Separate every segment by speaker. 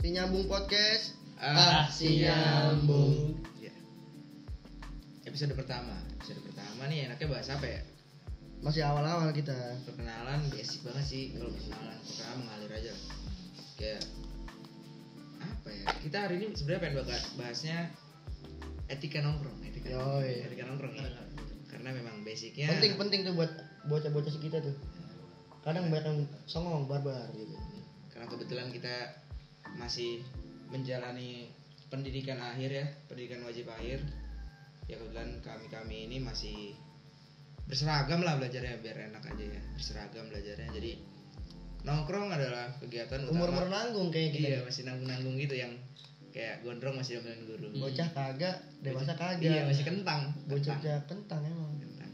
Speaker 1: Si Nyambung Podcast.
Speaker 2: Ah, si nyambung.
Speaker 1: Ya.
Speaker 2: Episode pertama. Episode pertama nih enaknya bahas apa ya?
Speaker 1: Masih awal-awal kita.
Speaker 2: Perkenalan basic banget sih kalau perkenalan. Perkenalan mengalir aja. Kayak apa ya? Kita hari ini sebenarnya pengen baka- bahasnya etika nongkrong, etika
Speaker 1: Yoi.
Speaker 2: nongkrong, etika nongkrong ya. Karena memang basicnya
Speaker 1: Penting-penting tuh buat bocah-bocah kita tuh. Kadang banyak yang songong, barbar gitu.
Speaker 2: karena kebetulan kita masih menjalani pendidikan akhir ya pendidikan wajib akhir ya kebetulan kami kami ini masih berseragam lah belajarnya biar enak aja ya berseragam belajarnya jadi nongkrong adalah kegiatan
Speaker 1: Umur
Speaker 2: utama
Speaker 1: menanggung kayak gitu.
Speaker 2: iya masih nanggung nanggung gitu yang kayak gondrong masih diomelin guru
Speaker 1: Bocah kagak, dewasa kagak.
Speaker 2: iya masih kentang
Speaker 1: Bocah
Speaker 2: kentang.
Speaker 1: kagak kentang emang.
Speaker 2: Kentang. Ya kan?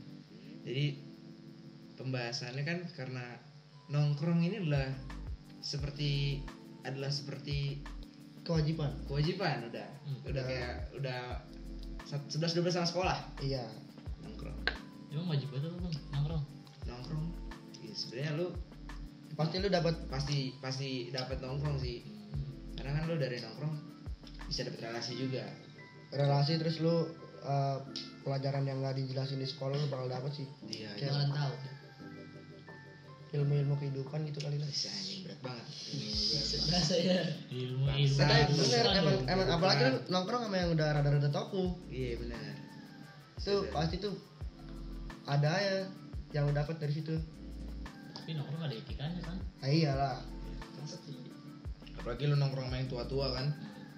Speaker 2: Jadi pembahasannya kan karena nongkrong ini adalah seperti adalah seperti
Speaker 1: Kewajiban.
Speaker 2: kewajiban udah.
Speaker 3: Hmm.
Speaker 2: Udah kayak udah sat- 11 12 sama sekolah
Speaker 1: Iya.
Speaker 2: nongkrong.
Speaker 3: Emang wajib banget lu bang nongkrong.
Speaker 2: Nongkrong ya sebenarnya lu
Speaker 1: Pasti lu dapat
Speaker 2: pasti pasti dapat nongkrong sih. Karena kan lu dari nongkrong bisa dapat relasi juga.
Speaker 1: relasi terus lu eh, pelajaran yang nggak dijelasin di sekolah lu bakal dapet sih
Speaker 2: Iya,
Speaker 1: Kayak-
Speaker 2: itu
Speaker 3: Kalian tahu.
Speaker 1: ilmu-ilmu kehidupan gitu kali lah
Speaker 2: bisa anjing berat banget. Iya,
Speaker 3: Berasa ya. Ilmu ilmu.
Speaker 2: Bangsa.
Speaker 1: Tapi bener
Speaker 3: Bukan
Speaker 1: emang
Speaker 3: dong.
Speaker 1: emang apalagi lu nongkrong sama yang udah rada-rada toku
Speaker 2: Iya benar.
Speaker 1: itu pasti tuh ada ya yang lu dapet dari situ
Speaker 3: Tapi nongkrong ada etikanya kan.
Speaker 1: ah, iyalah
Speaker 2: Apalagi lu nongkrong main tua-tua kan.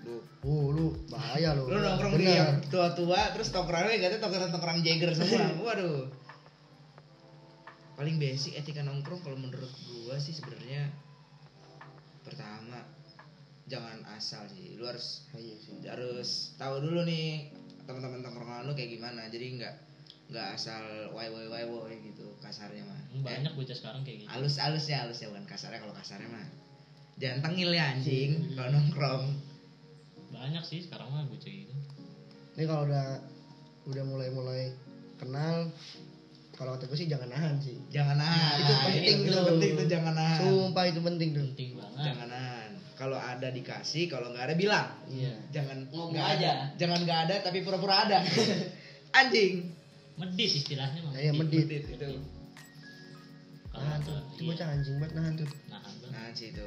Speaker 2: Lu
Speaker 1: uh lu bahaya lu
Speaker 2: lu nongkrong di yang
Speaker 1: bener
Speaker 2: tua-tua terus tongkrongannya katanya tongkrongan tongkrong Jagger semua waduh paling basic etika nongkrong kalau menurut gua sih sebenarnya pertama jangan asal sih lu harus
Speaker 1: Ah, iya sih
Speaker 2: harus tahu dulu nih teman-teman tongkrongan lu kayak gimana jadi nggak nggak asal wai wai wai wai gitu kasarnya mah
Speaker 1: Hmm,
Speaker 3: Emang Banyak bocah sekarang kayak gitu.
Speaker 2: halus halus ya halus ya bukan kasarnya kalau kasarnya mah jangan tengil ya
Speaker 1: Hmm.
Speaker 2: anjing kalau nongkrong
Speaker 3: Banyak sih sekarang mah bocah gitu.
Speaker 1: ini kalau udah udah mulai-mulai kenal kalau kata gue sih jangan nahan sih
Speaker 2: jangan nahan
Speaker 1: Nah, Itu penting
Speaker 2: itu
Speaker 1: tuh.
Speaker 2: penting tuh jangan nahan
Speaker 1: sumpah itu penting tuh
Speaker 3: Penting banget.
Speaker 2: jangan nahan kalau ada dikasih kalau nggak ada bilang
Speaker 1: iya
Speaker 2: jangan
Speaker 3: Ngomong
Speaker 2: nggak ada.
Speaker 3: aja.
Speaker 2: jangan nggak ada tapi pura-pura ada anjing
Speaker 3: Medis istilahnya mah.
Speaker 1: Iya, medis.
Speaker 2: Medit itu
Speaker 3: Kalau
Speaker 1: nahan tuh
Speaker 3: tuh
Speaker 1: itu bocah anjing banget nahan tuh
Speaker 3: Nahan banget.
Speaker 2: nahan sih Nah, itu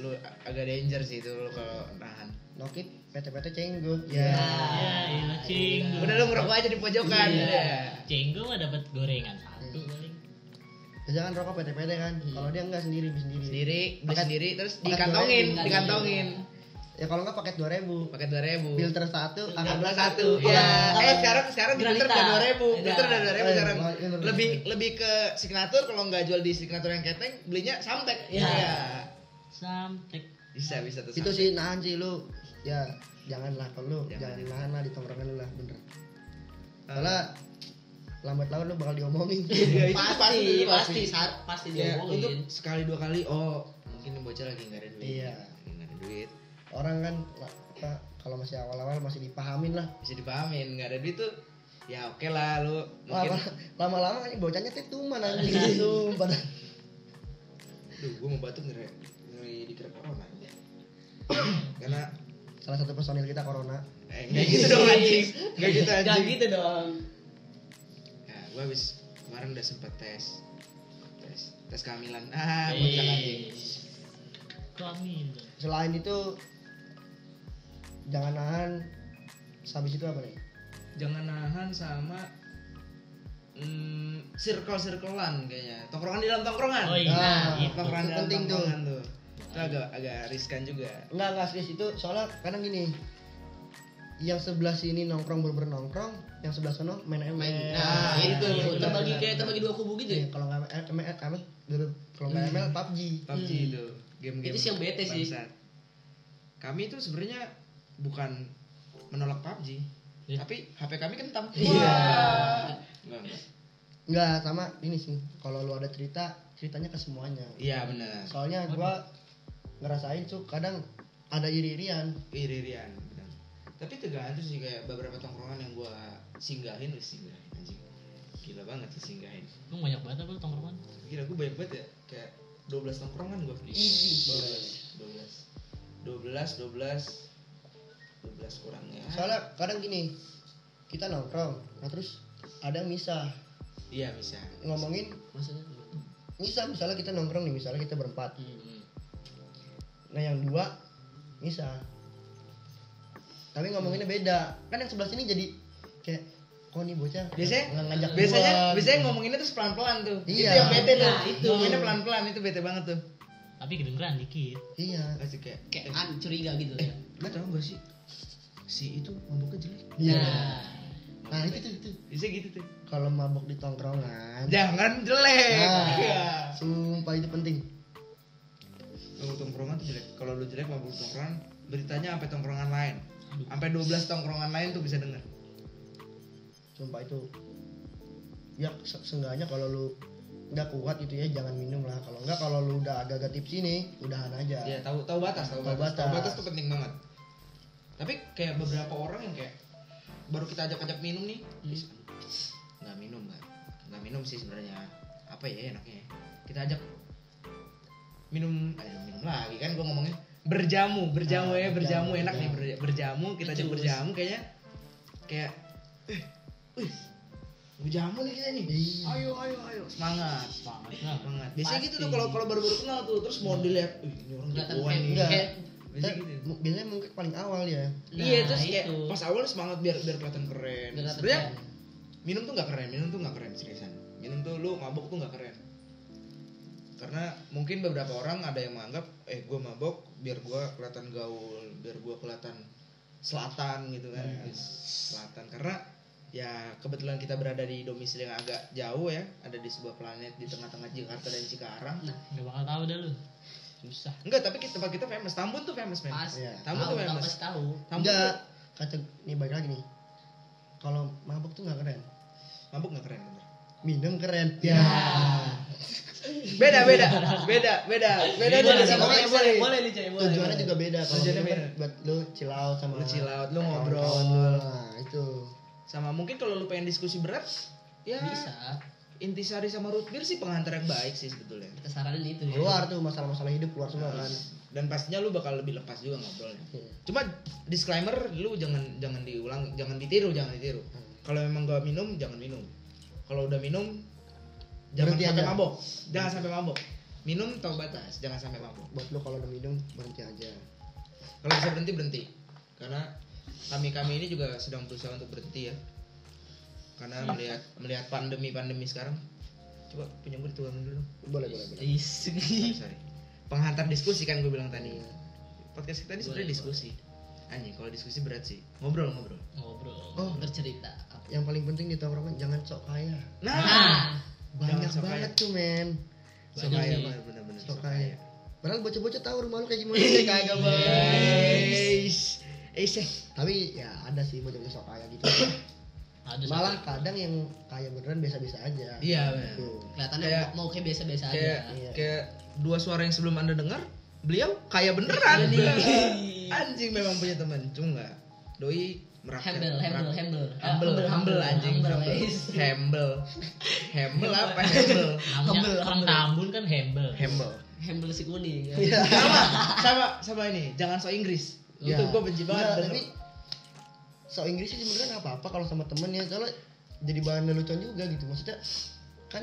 Speaker 2: lu ag- agak danger sih itu lu kalau nahan
Speaker 1: nokit PT-PT cenggo
Speaker 2: Ya.
Speaker 3: Ya, iya cenggo.
Speaker 2: udah lu ngerokok aja di pojokan
Speaker 3: Iya.
Speaker 2: ya.
Speaker 3: Cenggo mah dapat gorengan satu paling.
Speaker 1: Biasanya kan rokok PT-PT kan. Kalau dia enggak sendiri beli sendiri.
Speaker 2: Iya. sendiri beli
Speaker 1: Paket-
Speaker 2: sendiri terus
Speaker 1: paket
Speaker 2: dikantongin
Speaker 1: goreng,
Speaker 2: dikantongin
Speaker 1: Ya kalau enggak paket 2000.
Speaker 2: pakai dua ribu
Speaker 1: Filter satu, Iya. angkat
Speaker 2: Angkat Iya. satu, ya. Eh sekarang sekarang filter
Speaker 3: Granita.
Speaker 2: udah dua ribu,
Speaker 3: Iya.
Speaker 2: filter udah dua ribu
Speaker 1: Eh,
Speaker 2: sekarang.
Speaker 1: mau- filter.
Speaker 2: Lebih lebih ke signatur kalau nggak jual di signatur yang keteng, belinya samtek.
Speaker 3: Iya.
Speaker 2: Iya.
Speaker 3: Samtek.
Speaker 2: Bisa bisa tuh.
Speaker 1: Itu
Speaker 2: samtek.
Speaker 1: sih nahan sih lu. Ya janganlah kalau lu jangan,
Speaker 2: Jangan.
Speaker 1: nahan lah di tongkrongan lu lah bener.
Speaker 2: Eh,
Speaker 1: Soalnya lambat laun lu bakal diomongin.
Speaker 2: Iya, itu
Speaker 4: pasti,
Speaker 2: pasti,
Speaker 4: pasti, Iya,
Speaker 2: itu pasti.
Speaker 4: pasti, sa- pasti
Speaker 2: Ya,
Speaker 4: diomongin.
Speaker 2: itu sekali dua kali oh mungkin bocah lagi nggak ada duit.
Speaker 1: Iya.
Speaker 2: Lagi nggak ada duit.
Speaker 1: Orang kan la- apa kalau masih awal-awal masih dipahamin lah.
Speaker 2: Bisa dipahamin nggak ada duit tuh ya oke lah lu mungkin
Speaker 1: Lama- Lama-lama kan bocahnya tuh tuman anjing. Sumpah.
Speaker 2: duh gua mau batuk ngeri ngeri dikira corona karena
Speaker 1: Salah satu personil kita corona.
Speaker 2: eh, nggak gitu dong anjing nggak gitu
Speaker 4: Jangan
Speaker 2: anjing
Speaker 4: gitu dong.
Speaker 2: Ya, gue habis kemarin udah sempet tes tes tes kehamilan ah bocah anjing
Speaker 3: Eh. Kelamin.
Speaker 1: Selain itu jangan nahan. Habis itu apa nih?
Speaker 2: jangan nahan sama mm, circle circlean kayaknya tongkrongan di dalam tongkrongan
Speaker 3: Oh iya.
Speaker 1: Ah,
Speaker 3: iya.
Speaker 2: Nah, tongkrongan di dalam
Speaker 1: Penting tuh.
Speaker 2: tongkrongan tuh itu agak agak riskan juga
Speaker 1: Enggak, enggak serius itu soalnya kadang gini. Yang sebelah sini nongkrong berber nongkrong, yang sebelah sono main Ah, ML.
Speaker 4: Nah, itu
Speaker 3: iya,
Speaker 2: benar,
Speaker 3: benar,
Speaker 4: terbagi kayak
Speaker 2: benar.
Speaker 4: terbagi dua kubu gitu ya.
Speaker 1: Iya, kalau enggak ML eh, kami dulu kalau enggak ML PUBG.
Speaker 2: PUBG
Speaker 4: Hmm.
Speaker 2: itu game-game
Speaker 4: Itu sih yang bete sih.
Speaker 2: bangsat. kami itu sebenarnya bukan menolak PUBG
Speaker 3: Iya.
Speaker 2: tapi HP kami kentang
Speaker 4: Iya.
Speaker 2: Enggak, enggak.
Speaker 1: Enggak, sama ini sih. Kalau lu ada cerita, ceritanya ke semuanya.
Speaker 2: iya benar
Speaker 1: Soalnya gua ngerasain tuh kadang ada iri-irian.
Speaker 2: Iri-irian benar. Tapi tergantung sih kayak beberapa tongkrongan yang gua singgahin wis singgahin anjing. Gila banget sih singgahin.
Speaker 3: Emang banyak banget apa lu tongkrongan?
Speaker 2: Gila gua banyak banget ya kayak 12 tongkrongan gua.
Speaker 1: Ih, boleh.
Speaker 2: 12. 12. 12 12 12 kurangnya
Speaker 1: soalnya kadang gini kita nongkrong nah terus ada yang misah
Speaker 2: iya bisa
Speaker 1: ngomongin
Speaker 4: maksudnya
Speaker 1: misah misalnya kita nongkrong nih misalnya kita berempat nah yang dua misah tapi ngomonginnya beda kan yang sebelah sini jadi kayak kok nih bocah
Speaker 2: Biasanya-
Speaker 1: nggak ngajak
Speaker 2: biasanya
Speaker 1: gua?"
Speaker 2: biasanya ngomonginnya terus pelan pelan tuh
Speaker 1: Iya.
Speaker 2: itu yang bete tuh
Speaker 4: Nah, itu.
Speaker 2: ngomonginnya pelan pelan itu bete banget tuh
Speaker 3: tapi kedengeran dikit
Speaker 1: iya
Speaker 2: pasti kayak
Speaker 4: kayak an curiga gitu ya
Speaker 2: nggak tahu gak sih si itu mabuknya jelek
Speaker 1: iya
Speaker 4: Nah,
Speaker 1: nah itu tuh itu
Speaker 2: bisa gitu tuh
Speaker 1: kalau mabok di tongkrongan
Speaker 2: Ya. jangan jelek
Speaker 1: Nah.
Speaker 2: Iya.
Speaker 1: sumpah itu penting
Speaker 2: mabuk tongkrongan tuh jelek kalau lu jelek mabuk tongkrongan beritanya sampai tongkrongan lain
Speaker 3: Aduh.
Speaker 2: sampai 12 tongkrongan lain tuh bisa denger
Speaker 1: sumpah itu ya se- seenggaknya kalau lu nggak kuat gitu ya jangan minum lah kalau nggak kalau lu udah agak-agak tips ini udahan aja
Speaker 2: ya tahu tahu batas tahu
Speaker 1: Iya. Tahu
Speaker 2: batas tahu
Speaker 1: batas.
Speaker 2: batas tuh penting banget tapi kayak beberapa orang yang kayak baru kita ajak-ajak minum nih "Is, nggak minum nggak nggak minum sih sebenarnya apa ya enaknya ya? kita ajak minum ayo minum lagi kan gue ngomongnya berjamu berjamu
Speaker 1: Ah,
Speaker 2: ya berjamu
Speaker 1: berjamu,
Speaker 2: enak nih
Speaker 1: berjamu.
Speaker 2: berja- berjamu kita ajak
Speaker 4: Jus.
Speaker 2: berjamu kayaknya kayak eh wih berjamu nih kita nih
Speaker 1: Iya.
Speaker 2: ayo ayo ayo semangat semangat
Speaker 3: Nah,
Speaker 2: banget. Biasanya
Speaker 4: Pasti.
Speaker 2: gitu tuh kalau kalau baru-baru kenal tuh terus mau dilihat, "Ih, ini orang
Speaker 4: Kelihatan
Speaker 2: jagoan
Speaker 4: kayak-
Speaker 2: nih.
Speaker 1: Enggak.
Speaker 4: kayak
Speaker 2: Biasanya
Speaker 1: Tapi
Speaker 2: gitu.
Speaker 1: mu- biasanya mungkin paling awal ya
Speaker 4: Nah,
Speaker 2: iya terus kayak
Speaker 4: itu.
Speaker 2: pas awal semangat biar biar kelihatan keren.
Speaker 4: Biar kelihatan
Speaker 2: Sebenarnya
Speaker 4: keren.
Speaker 2: minum tuh nggak keren, minum tuh nggak keren seriusan. Minum tuh lu mabok tuh nggak keren. Karena mungkin beberapa orang ada yang menganggap eh gua mabok biar gua kelihatan gaul, biar gua kelihatan selatan gitu kan.
Speaker 4: Iya.
Speaker 2: Wis, Selatan karena ya kebetulan kita berada di domisili yang agak jauh ya, ada di sebuah planet di tengah-tengah Jakarta dan Cikarang.
Speaker 3: nggak bakal tahu dah lu susah
Speaker 2: Enggak, tapi kita tempat kita famous. Tambun tuh famous, men.
Speaker 4: pas
Speaker 1: Iya.
Speaker 4: tahu
Speaker 2: Tamu tuh
Speaker 4: tahu
Speaker 2: memang.
Speaker 4: pasti tahu
Speaker 2: Tambun
Speaker 1: enggak
Speaker 2: tuh
Speaker 1: kata nih balik lagi nih kalau mabok tuh nggak keren
Speaker 2: mabuk nggak keren bener.
Speaker 1: minum keren ya
Speaker 2: Beda, beda, beda, beda, beda.
Speaker 4: Iya, boleh
Speaker 2: beda,
Speaker 4: sih,
Speaker 2: sama
Speaker 4: boleh
Speaker 2: Maxi.
Speaker 4: boleh boleh Li, Jay, boleh
Speaker 1: tujuannya
Speaker 4: boleh.
Speaker 1: juga beda kalau
Speaker 2: Tujuannya
Speaker 1: minum kan
Speaker 2: beda.
Speaker 1: buat lu chill out sama
Speaker 2: Lu chill out, lu ngobrol.
Speaker 1: kawan-kawan. nah, itu
Speaker 2: Sama mungkin kalau lu pengen diskusi berat, ya
Speaker 4: bisa
Speaker 2: intisari sama root beer sih pengantar yang baik sih sebetulnya.
Speaker 4: kita saranin itu
Speaker 2: Iya.
Speaker 4: ya
Speaker 1: keluar tuh masalah-masalah hidup keluar semua kan
Speaker 2: Dan pastinya lu bakal lebih lepas juga ngobrolnya.
Speaker 1: Iya.
Speaker 2: Cuma disclaimer, lu jangan jangan diulang, jangan ditiru, jangan ditiru. Kalau memang gak minum, jangan minum. Kalau udah minum, jangan
Speaker 1: Berhenti
Speaker 2: sampai
Speaker 1: aja.
Speaker 2: mabok. Jangan sampai mabok. Minum tahu batas, jangan sampai mabok.
Speaker 1: buat lu kalau udah minum berhenti aja
Speaker 2: kalau bisa berhenti berhenti karena kami kami ini juga sedang berusaha untuk berhenti ya karena melihat melihat pandemi pandemi sekarang coba pinjam gue tuang dulu dong.
Speaker 1: boleh boleh boleh
Speaker 4: Ih,
Speaker 2: sorry, sorry. penghantar diskusi kan gue bilang tadi podcast kita ini sebenarnya
Speaker 4: Boleh,
Speaker 2: diskusi anjing kalau diskusi berat sih ngobrol ngobrol
Speaker 3: ngobrol
Speaker 1: Oh.
Speaker 4: bercerita
Speaker 1: yang paling penting di tongkrongan jangan sok kaya
Speaker 2: nah,
Speaker 4: nah
Speaker 1: banyak
Speaker 2: sok
Speaker 1: banget tuh men
Speaker 2: sok
Speaker 3: Banyak
Speaker 2: kaya
Speaker 3: sih.
Speaker 2: bener bener bener
Speaker 1: sok
Speaker 2: sok
Speaker 1: kaya
Speaker 2: kaya Iya,
Speaker 1: padahal bocah-bocah tahu rumah lu kayak gimana kayak kagak banget
Speaker 2: Eish. Eish, eh.
Speaker 1: tapi ya ada sih bocah-bocah sok kaya gitu
Speaker 3: Nah, ada
Speaker 1: malah
Speaker 2: kan.
Speaker 1: kadang yang kaya beneran biasa-biasa aja Gitu.
Speaker 2: iya bener
Speaker 1: Tuh.
Speaker 4: kelihatannya
Speaker 2: Kayak-
Speaker 4: mau kayak biasa-biasa
Speaker 2: kayak
Speaker 4: aja
Speaker 1: Iya.
Speaker 2: kayak dua suara yang sebelum anda dengar beliau kaya beneran anjing memang punya teman cuma nggak doi merak
Speaker 4: Humble,
Speaker 2: merak-
Speaker 4: humble,
Speaker 2: humble
Speaker 4: humble. Humble,
Speaker 2: humble
Speaker 4: humble,
Speaker 2: anjing
Speaker 4: humble,
Speaker 2: humble
Speaker 4: guys.
Speaker 2: humble humble apa humble
Speaker 3: namanya
Speaker 4: Humble,
Speaker 3: orang
Speaker 4: humble.
Speaker 3: Tambun kan humble
Speaker 2: humble
Speaker 4: handle si kuning ya.
Speaker 1: Iya.
Speaker 2: sama sama sama ini jangan so Inggris
Speaker 1: Ya.
Speaker 4: Iya.
Speaker 2: itu gue benci banget
Speaker 1: Nggak,
Speaker 2: bener.
Speaker 1: tapi so Inggris sih sebenarnya nggak apa-apa kalau sama temen ya soalnya jadi bahan lelucon juga gitu maksudnya kan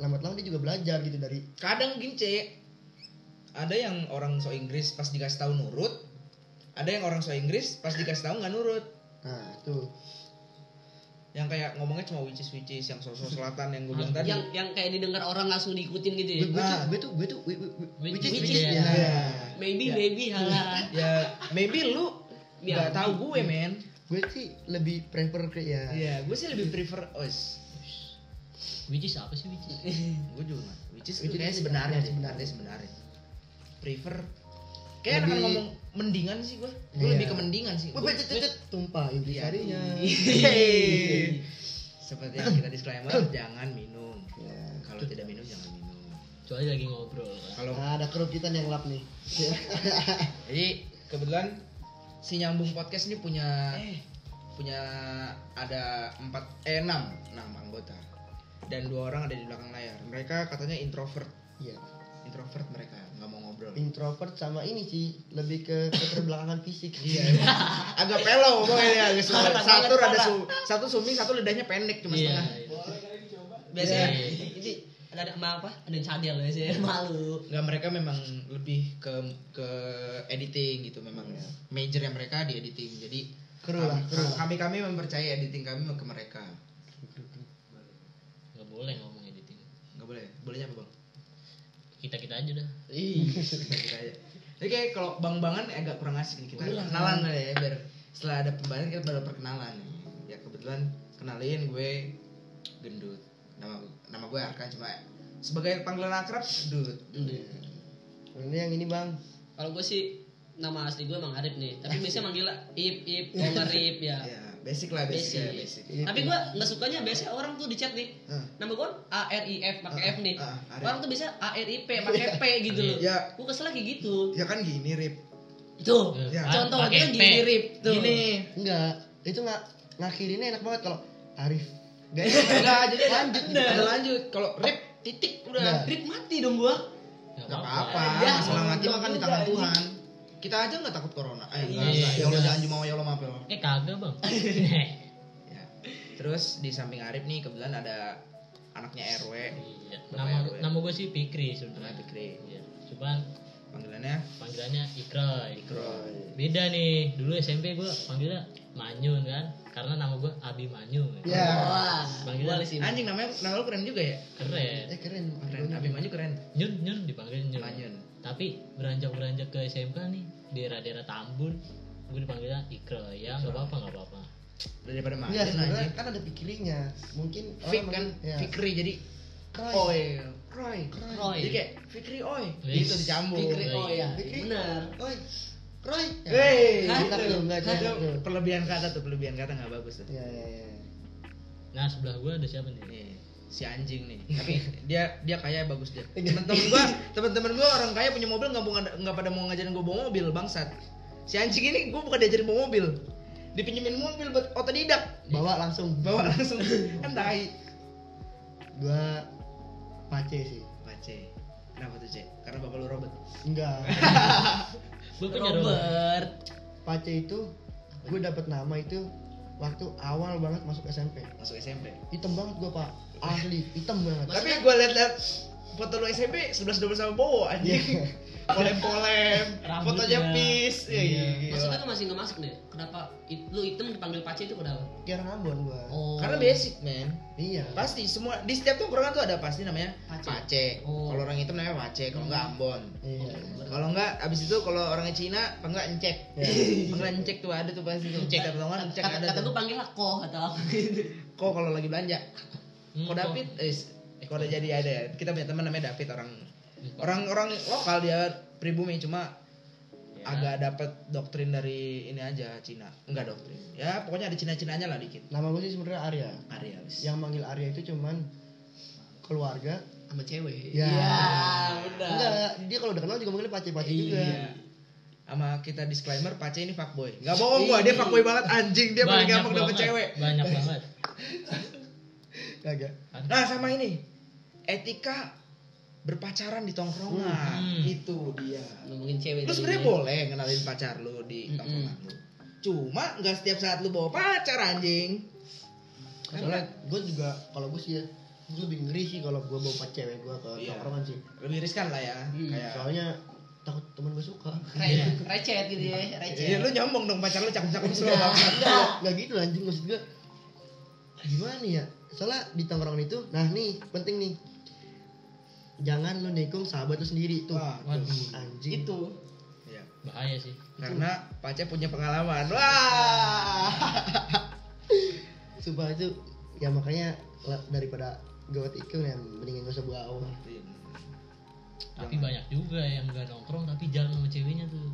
Speaker 1: lambat laun dia juga belajar gitu dari
Speaker 2: kadang gini cek ada yang orang so Inggris pas dikasih tahu nurut ada yang orang so Inggris pas dikasih tahu nggak nurut
Speaker 1: nah tuh
Speaker 2: yang kayak ngomongnya cuma which is which is yang sosok selatan yang gue bilang tadi
Speaker 4: yang yang kayak didengar orang langsung diikutin gitu ya.
Speaker 1: gue gue
Speaker 2: Nah.
Speaker 1: tuh gue tuh gue tuh wi- wi- wi- which
Speaker 3: Which
Speaker 1: is-
Speaker 3: is-
Speaker 1: which is-
Speaker 3: ya.
Speaker 1: ya.
Speaker 2: Ya.
Speaker 4: Maybe maybe halah.
Speaker 2: Iya. ya maybe lu
Speaker 1: Iya.
Speaker 4: Ya.
Speaker 2: nggak tahu gue men
Speaker 1: gue sih lebih prefer ke ya
Speaker 2: Iya, gue sih lebih prefer os
Speaker 3: which is apa sih which is
Speaker 2: gue juga nggak which is
Speaker 1: Which
Speaker 2: itu
Speaker 1: is-
Speaker 2: kayak sebenarnya
Speaker 1: iya,
Speaker 2: deh
Speaker 1: sebenarnya.
Speaker 2: sebenarnya sebenarnya prefer kayak
Speaker 1: Lebih-
Speaker 2: akan ngomong mendingan sih gue gue
Speaker 1: Iya.
Speaker 2: lebih ke mendingan sih
Speaker 1: Wih, wih, cet, cet, cet. tumpah
Speaker 2: Iya.
Speaker 1: intisarinya
Speaker 2: Hei. seperti yang kita disclaimer jangan minum
Speaker 1: Ya.
Speaker 2: kalau tidak minum jangan minum
Speaker 3: kecuali lagi ngobrol kan.
Speaker 2: kalau
Speaker 1: Nah, ada kerugitan yang lap nih
Speaker 2: Iya. jadi kebetulan si nyambung podcast ini punya
Speaker 1: Eh.
Speaker 2: punya ada empat eh enam enam anggota dan dua orang ada di belakang layar mereka katanya introvert
Speaker 1: Iya.
Speaker 2: introvert mereka nggak mau ngobrol
Speaker 1: introvert sama ini sih lebih ke keterbelakangan fisik
Speaker 2: iya emang. agak pelo pokoknya dia, agak sulit.
Speaker 1: Parah,
Speaker 2: satu
Speaker 1: parah,
Speaker 2: ada
Speaker 1: parah.
Speaker 2: su- satu sumi satu lidahnya pendek cuma
Speaker 3: Iya.
Speaker 2: setengah
Speaker 4: Biasanya
Speaker 3: Iya.
Speaker 4: ini ada ada sama apa? Ada yang cadel biasanya malu.
Speaker 2: nggak mereka memang lebih ke ke editing gitu memang major yang mereka di editing jadi
Speaker 1: Iya. Kru lah, kru lah.
Speaker 2: kami kami mempercayai editing kami ke mereka
Speaker 3: Gak boleh ngomong editing.
Speaker 2: nggak boleh ya? bolehnya apa bang
Speaker 3: Kita kita aja dah.
Speaker 2: Ih, kita aja. Iya. Jadi kayak kalau bang-bangan agak kurang asik nih. Kita kenalan lah ya biar setelah ada pembahasan kita baru perkenalan. Ya kebetulan kenalin gue gendut. Nama nama gue Arkan cuma sebagai panggilan akrab gendut.
Speaker 1: ini yang ini bang
Speaker 4: Kalau gue sih nama asli gue emang Arif nih, tapi biasanya manggil Ip Ip, Om Arif ya.
Speaker 2: Ya, basic lah basic,
Speaker 4: Basic.
Speaker 2: ya, basic.
Speaker 1: Ip.
Speaker 4: Tapi gue nggak sukanya biasanya orang tuh di chat nih.
Speaker 2: Hah.
Speaker 4: Nama gue A R I F pakai
Speaker 2: Ah,
Speaker 4: F nih.
Speaker 2: ah, Arif.
Speaker 4: Orang tuh biasa A R I P pakai P gitu loh.
Speaker 2: Ya.
Speaker 4: Gue kesel lagi gitu.
Speaker 2: Ya kan gini, Rip.
Speaker 4: Tuh,
Speaker 2: Ya.
Speaker 4: contohnya
Speaker 3: Pakai P.
Speaker 4: gini Rip tuh.
Speaker 2: Gini.
Speaker 1: enggak itu nggak ngakhirinnya enak banget kalau Arif gak
Speaker 2: Enggak, jadi ada-
Speaker 1: lanjut gitu.
Speaker 2: ada lanjut. Nah. Kalau Rip titik udah.
Speaker 1: Nah.
Speaker 4: Rip mati dong gue.
Speaker 3: Gak
Speaker 2: Gak apa-apa,
Speaker 3: Iya,
Speaker 4: Ya,
Speaker 2: masalah mati
Speaker 4: enggak
Speaker 2: makan di
Speaker 4: juga,
Speaker 2: tangan
Speaker 4: anjing.
Speaker 2: Tuhan. Kita aja nggak takut corona. Eh,
Speaker 4: Iya.
Speaker 2: enggak, enggak. Ya Allah jangan mau ya Allah maaf ya Allah.
Speaker 3: Eh kagak bang. Iya.
Speaker 2: Ya. Terus di samping Arif nih kebetulan ada anaknya RW,
Speaker 3: Iya.
Speaker 2: Bapak
Speaker 3: Nama
Speaker 2: RW.
Speaker 3: nama gue sih Fikri
Speaker 2: namanya
Speaker 3: sebenarnya.
Speaker 2: Fikri.
Speaker 3: Iya. Cuman
Speaker 2: Panggilannya
Speaker 3: panggilannya Ikroy.
Speaker 2: Ikroy.
Speaker 3: Beda nih. Dulu SMP gue panggilnya Manyun kan. Karena nama gue Abi Manyun.
Speaker 2: Iya.
Speaker 1: ya
Speaker 4: Wah,
Speaker 3: Panggilan.
Speaker 4: boleh sih.
Speaker 2: Anjing namanya nama lu keren juga ya.
Speaker 3: Keren.
Speaker 1: eh keren
Speaker 2: Keren, Abi Manyu keren.
Speaker 3: Nyun Nyun dipanggil Nyun.
Speaker 2: Manyun.
Speaker 3: Tapi beranjak beranjak ke SMK nih daerah-daerah Tambun gue dipanggilnya Ikroy ya nggak apa-apa nggak apa-apa.
Speaker 2: Daripada Manyun
Speaker 1: Iya sebenarnya
Speaker 2: anjing.
Speaker 1: kan ada pikirinya mungkin orang
Speaker 2: Nah, Fik kan
Speaker 1: manggil- ya.
Speaker 2: Fikri jadi
Speaker 1: Kroy.
Speaker 2: Oi, Kroy.
Speaker 4: Roy.
Speaker 2: Jadi kayak Fikri Oi.
Speaker 3: Wis.
Speaker 2: Gitu dicampur.
Speaker 4: Fikri,
Speaker 3: Oh,
Speaker 4: oh
Speaker 3: iya.
Speaker 4: iya,
Speaker 1: Fikri.
Speaker 4: benar.
Speaker 1: Oi, Kroy. Ya.
Speaker 2: Hei,
Speaker 4: Hah?
Speaker 1: Nggak tuh, nggak tuh, nggak tuh.
Speaker 2: Perlebihan kata tuh, perlebihan kata nggak bagus tuh.
Speaker 1: Ya, ya, ya.
Speaker 3: Nah sebelah gue ada siapa nih?
Speaker 2: Nih, Iya, si anjing nih tapi dia dia kaya bagus dia temen-temen gua temen-temen gua orang kaya punya mobil nggak mau nggak pada mau ngajarin gua bawa mobil bangsat si anjing ini gua bukan diajarin bawa mobil dipinjemin mobil buat otodidak
Speaker 1: Bawa langsung
Speaker 2: bawa langsung kan tai
Speaker 1: gua pace sih.
Speaker 2: pace kenapa tuh cek karena bapak lu Robert
Speaker 1: Enggak.
Speaker 3: Gue punya Robert.
Speaker 4: Robert.
Speaker 1: pace itu gue dapet nama itu waktu awal banget masuk SMP.
Speaker 2: masuk SMP
Speaker 1: Hitam banget gua, Pak. Asli, hitam banget.
Speaker 2: tapi gua liat-liat foto lu SMP 11 12 sama Bowo
Speaker 1: Iya.
Speaker 2: anjing polem-polem
Speaker 3: Rambutnya.
Speaker 2: fotonya pis ya,
Speaker 3: Iya.
Speaker 2: gila.
Speaker 4: Maksudnya tuh masih nggak masuk deh. Kenapa it- lu item dipanggil pace itu kenapa?
Speaker 1: Kira Ambon gua.
Speaker 4: Oh.
Speaker 2: karena basic man
Speaker 1: Iya.
Speaker 2: Pasti semua di setiap tongkrongan tuh ada pasti namanya
Speaker 4: Pace.
Speaker 2: Pace.
Speaker 4: Oh.
Speaker 2: Kalau orang hitam namanya Pace, kalau enggak Ambon.
Speaker 1: Iya.
Speaker 2: Kalau enggak abis itu kalau orangnya Cina, apa enggak Encek.
Speaker 1: Ya.
Speaker 2: Panggilan Encek tuh ada tuh pasti tuh. Setiap tongkrongan Encek
Speaker 4: kata,
Speaker 2: ada
Speaker 4: kata
Speaker 2: tuh.
Speaker 4: gue panggil lah koh atau apa gitu.
Speaker 2: Kok kalau lagi belanja?
Speaker 3: Hmm,
Speaker 2: Kok David? Eh, kok udah jadi ada ya. Kita punya teman namanya David orang orang orang lokal dia pribumi cuma
Speaker 3: Ya.
Speaker 2: agak dapat doktrin dari ini aja Cina. Enggak doktrin. Ya pokoknya ada Cina-cinanya lah dikit.
Speaker 1: Nama gue sih sebenarnya Arya.
Speaker 2: Arya wis.
Speaker 1: Yang manggil Arya itu cuman keluarga.
Speaker 4: Sama cewek.
Speaker 1: Ya.
Speaker 4: Iya, benar.
Speaker 1: Enggak, dia kalau udah kenal juga manggilnya pace-pace juga.
Speaker 2: Iya. Sama kita disclaimer, Pace ini fuckboy. Gak bohong gua, dia fuckboy banget anjing, dia paling
Speaker 3: Banyak
Speaker 2: gampang dapet
Speaker 3: banget,
Speaker 2: cewek.
Speaker 3: Banyak banget. Kan?
Speaker 1: Kagak.
Speaker 2: Nah, sama ini. Etika berpacaran di tongkrongan.
Speaker 3: Hmm.
Speaker 2: Itu dia.
Speaker 4: Ngomongin cewek.
Speaker 2: Lu
Speaker 4: tadi
Speaker 2: sebenarnya
Speaker 4: nih.
Speaker 2: boleh kenalin pacar lu di
Speaker 4: Mm-mm.
Speaker 2: tongkrongan lu. Cuma nggak setiap saat lu bawa pacar anjing.
Speaker 1: Kan
Speaker 2: Kan?
Speaker 1: Soalnya gue juga kalau gue sih ya, gue lebih ngeri sih kalau gue bawa empat cewek gue ke
Speaker 2: Iya.
Speaker 1: tongkrongan sih.
Speaker 2: Lebih riskan lah ya.
Speaker 4: Hmm,
Speaker 2: Kayak
Speaker 1: Soalnya takut temen gue suka.
Speaker 4: Re- recet gitu ya, recet.
Speaker 2: Iya, lu nyombong dong pacar lu
Speaker 1: Iya.
Speaker 2: cakep-cakep semua.
Speaker 4: Enggak.
Speaker 1: Enggak, enggak gitu anjing maksud gue. Gimana ya? Soalnya di tongkrongan itu, nah nih penting nih. Jangan lu nikung sahabat lu sendiri tuh.
Speaker 2: Wah,
Speaker 3: Waduh,
Speaker 1: Anjing.
Speaker 4: Itu.
Speaker 2: Iya.
Speaker 3: bahaya sih.
Speaker 2: Karena Pace punya pengalaman. Wah.
Speaker 1: Sumpah itu ya makanya la- daripada gawat ikung ya mendingan gak usah bawa.
Speaker 3: Tapi banyak juga yang gak nongkrong tapi jalan sama ceweknya tuh.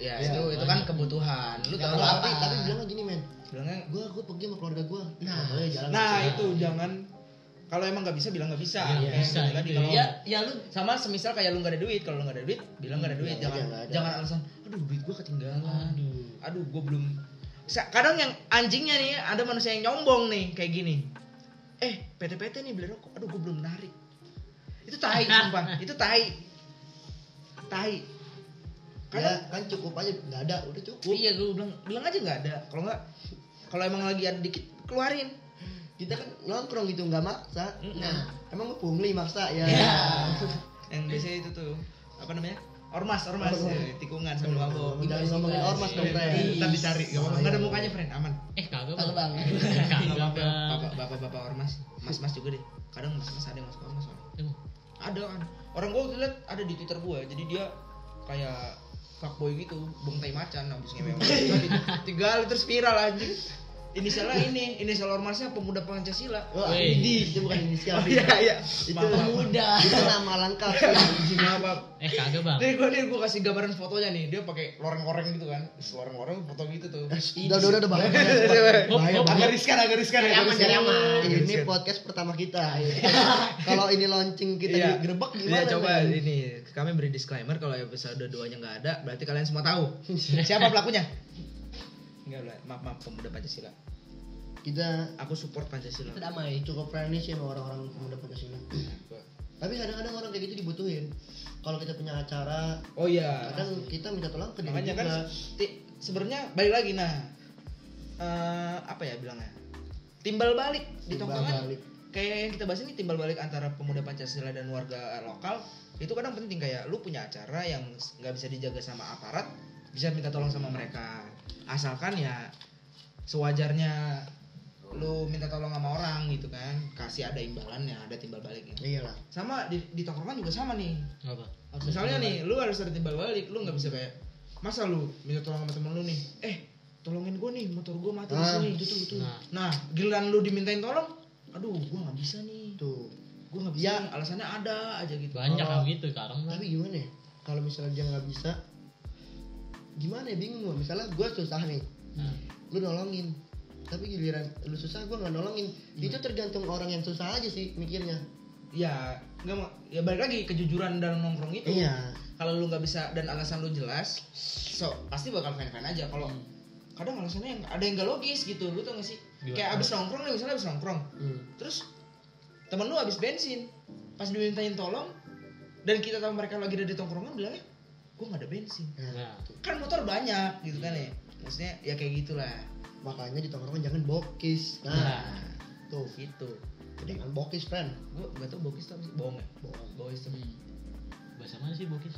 Speaker 2: Ya,
Speaker 1: Ya,
Speaker 2: itu itu kan kebutuhan. Lu
Speaker 4: Gak
Speaker 2: tahu apa?
Speaker 4: apa-apa.
Speaker 1: Tapi tapi bilangnya gini men,
Speaker 2: Bilangnya,
Speaker 1: gue gue pergi sama keluarga gue.
Speaker 4: Nah.
Speaker 1: makanya jalan.
Speaker 2: nah itu jangan kalau emang nggak bisa bilang nggak bisa.
Speaker 3: Iya,
Speaker 2: Kayak
Speaker 3: bisa,
Speaker 2: tadi
Speaker 3: gitu
Speaker 2: kalau
Speaker 4: Ya, ya lu
Speaker 2: sama semisal kayak lu nggak ada duit, kalau lu nggak ada duit, bilang nggak ada duit,
Speaker 1: Iya,
Speaker 2: jangan
Speaker 1: nggak ada.
Speaker 2: jangan alasan. Aduh, duit gua ketinggalan.
Speaker 3: Aduh.
Speaker 2: Aduh, gua belum. Sa- Kadang yang anjingnya nih, ada manusia yang nyombong nih kayak gini. Eh, PT-PT nih beli rokok. Aduh, gua belum narik. Itu tai sumpah. Itu tai. tai
Speaker 1: ya
Speaker 2: karena
Speaker 1: kan cukup aja nggak ada udah cukup
Speaker 2: iya gue bilang bilang aja nggak ada kalau nggak kalau emang lagi ada dikit keluarin
Speaker 1: kita kan nongkrong gitu nggak maksa
Speaker 4: Nah,
Speaker 1: emang gue pungli maksa ya
Speaker 2: Iya. yang biasanya itu tuh apa namanya ormas ormas
Speaker 1: Ormas.
Speaker 2: ya, tikungan sambil mabok
Speaker 1: jangan ngomongin ormas dong friend
Speaker 2: iya. Ntar dicari,
Speaker 1: Iya,
Speaker 2: gak apa-apa. Nggak ada mukanya, friend. Aman.
Speaker 3: eh kagak
Speaker 4: Kagak, Bang.
Speaker 2: Iya. Nggak
Speaker 3: kagak
Speaker 2: apa-apa.
Speaker 3: bang
Speaker 2: Bapak- Bapak-bapak ormas, mas-mas juga deh. Kadang mas-mas ada yang masuk ormas soalnya.
Speaker 3: Emang?
Speaker 2: Ada kan. Orang gue liat ada di Twitter gue, jadi dia kayak fuckboy gitu, bong tai macan habis ngewe. Tiga kali terus viral anjing. Inisialnya ini, inisial ormasnya pemuda Pancasila.
Speaker 1: Wah,
Speaker 3: Wey.
Speaker 1: ini itu bukan inisial.
Speaker 2: Oh, iya, iya.
Speaker 1: Itu
Speaker 2: Maaf, maaf.
Speaker 1: muda. Itu nama lengkap.
Speaker 2: Maaf, maaf.
Speaker 3: eh kagak bang
Speaker 2: Nih gue nih gue kasih gambaran fotonya nih, dia pakai loreng-loreng gitu kan. Terus Loreng-loreng foto gitu tuh.
Speaker 1: Udah, udah, udah, udah bahaya. Bahaya,
Speaker 3: Hop, hop,
Speaker 1: bahaya.
Speaker 2: Agak riskan, agak riskan.
Speaker 4: Cari
Speaker 2: agak
Speaker 4: aman,
Speaker 2: riskan.
Speaker 4: cari aman.
Speaker 2: Agak
Speaker 1: Iya, Ini
Speaker 2: riskan.
Speaker 1: podcast pertama kita. ya. Kalau ini launching kita
Speaker 2: Iya.
Speaker 1: digerebek
Speaker 2: Iya
Speaker 1: gimana?
Speaker 2: coba
Speaker 1: Bang?
Speaker 2: ini kami beri disclaimer kalau episode 2 nya nggak ada berarti kalian semua tahu siapa pelakunya. Enggak lah, maaf maaf pemuda Pancasila.
Speaker 1: Kita
Speaker 2: Aku support Pancasila.
Speaker 4: kita damai.
Speaker 1: cukup friendly sih sama orang-orang pemuda Pancasila. Tapi kadang-kadang orang kayak gitu dibutuhin. Kalau kita punya acara,
Speaker 2: Oh iya.
Speaker 1: kadang kita minta tolong ke dia
Speaker 2: Makanya kan
Speaker 1: juga.
Speaker 2: ti- sebenarnya balik lagi nah eh, apa ya bilangnya timbal balik di
Speaker 1: Timbal
Speaker 2: tongkrongan
Speaker 1: balik.
Speaker 2: kayak yang kita bahas ini timbal balik antara pemuda Pancasila dan warga lokal itu kadang penting kayak lu punya acara yang s- nggak bisa dijaga sama aparat bisa minta tolong sama mereka asalkan ya sewajarnya lu minta tolong sama orang gitu kan kasih ada imbalannya ada timbal baliknya
Speaker 1: Iya lah.
Speaker 2: sama di, di tongkrongan juga sama nih
Speaker 3: apa
Speaker 2: Harus Misalnya nih, lu harus ada timbal balik, lu nggak bisa kayak masa lu minta tolong sama temen lu nih, eh tolongin gua nih motor gua mati di
Speaker 1: Ah.
Speaker 2: sini gitu gitu.
Speaker 3: Nah.
Speaker 2: Nah, giliran lu dimintain tolong, aduh gua nggak bisa nih,
Speaker 1: Tuh.
Speaker 2: gua nggak bisa.
Speaker 1: Ya.
Speaker 2: nih. Alasannya ada aja gitu.
Speaker 3: banyak
Speaker 1: Kalau-
Speaker 3: kan gitu sekarang bang
Speaker 1: Tapi gimana ya? Kalau misalnya dia nggak bisa, gimana ya bingung gua. Misalnya gue susah nih,
Speaker 3: Nah,
Speaker 1: lu nolongin tapi giliran lu susah gua nggak nolongin
Speaker 2: Iya.
Speaker 1: itu tergantung orang yang susah aja sih mikirnya
Speaker 2: Ya nggak mau, ya balik lagi kejujuran dalam nongkrong itu.
Speaker 1: iya
Speaker 2: Kalau lu nggak bisa dan alasan lu jelas, so pasti bakal fan fan aja. Kalau kadang alasannya yang ada yang gak logis gitu, lu tau gak sih?
Speaker 3: Gimana?
Speaker 2: Kayak abis nongkrong nih, misalnya abis nongkrong, terus temen lu habis bensin pas dimintain tolong dan kita tahu mereka lagi ada di tongkrongan bilangnya gue gak ada bensin
Speaker 1: nah,
Speaker 3: nah
Speaker 2: kan motor banyak gitu kan ya maksudnya ya kayak gitulah
Speaker 1: makanya di tongkrongan jangan bokis nah,
Speaker 2: Iya.
Speaker 3: Nah.
Speaker 1: tuh
Speaker 2: gitu
Speaker 1: jangan bokis friend
Speaker 2: gue gak tau bokis tuh apa sih? bohong ya
Speaker 1: Bohong.
Speaker 2: bokis tuh
Speaker 4: Hmm.
Speaker 3: bahasa mana sih bokis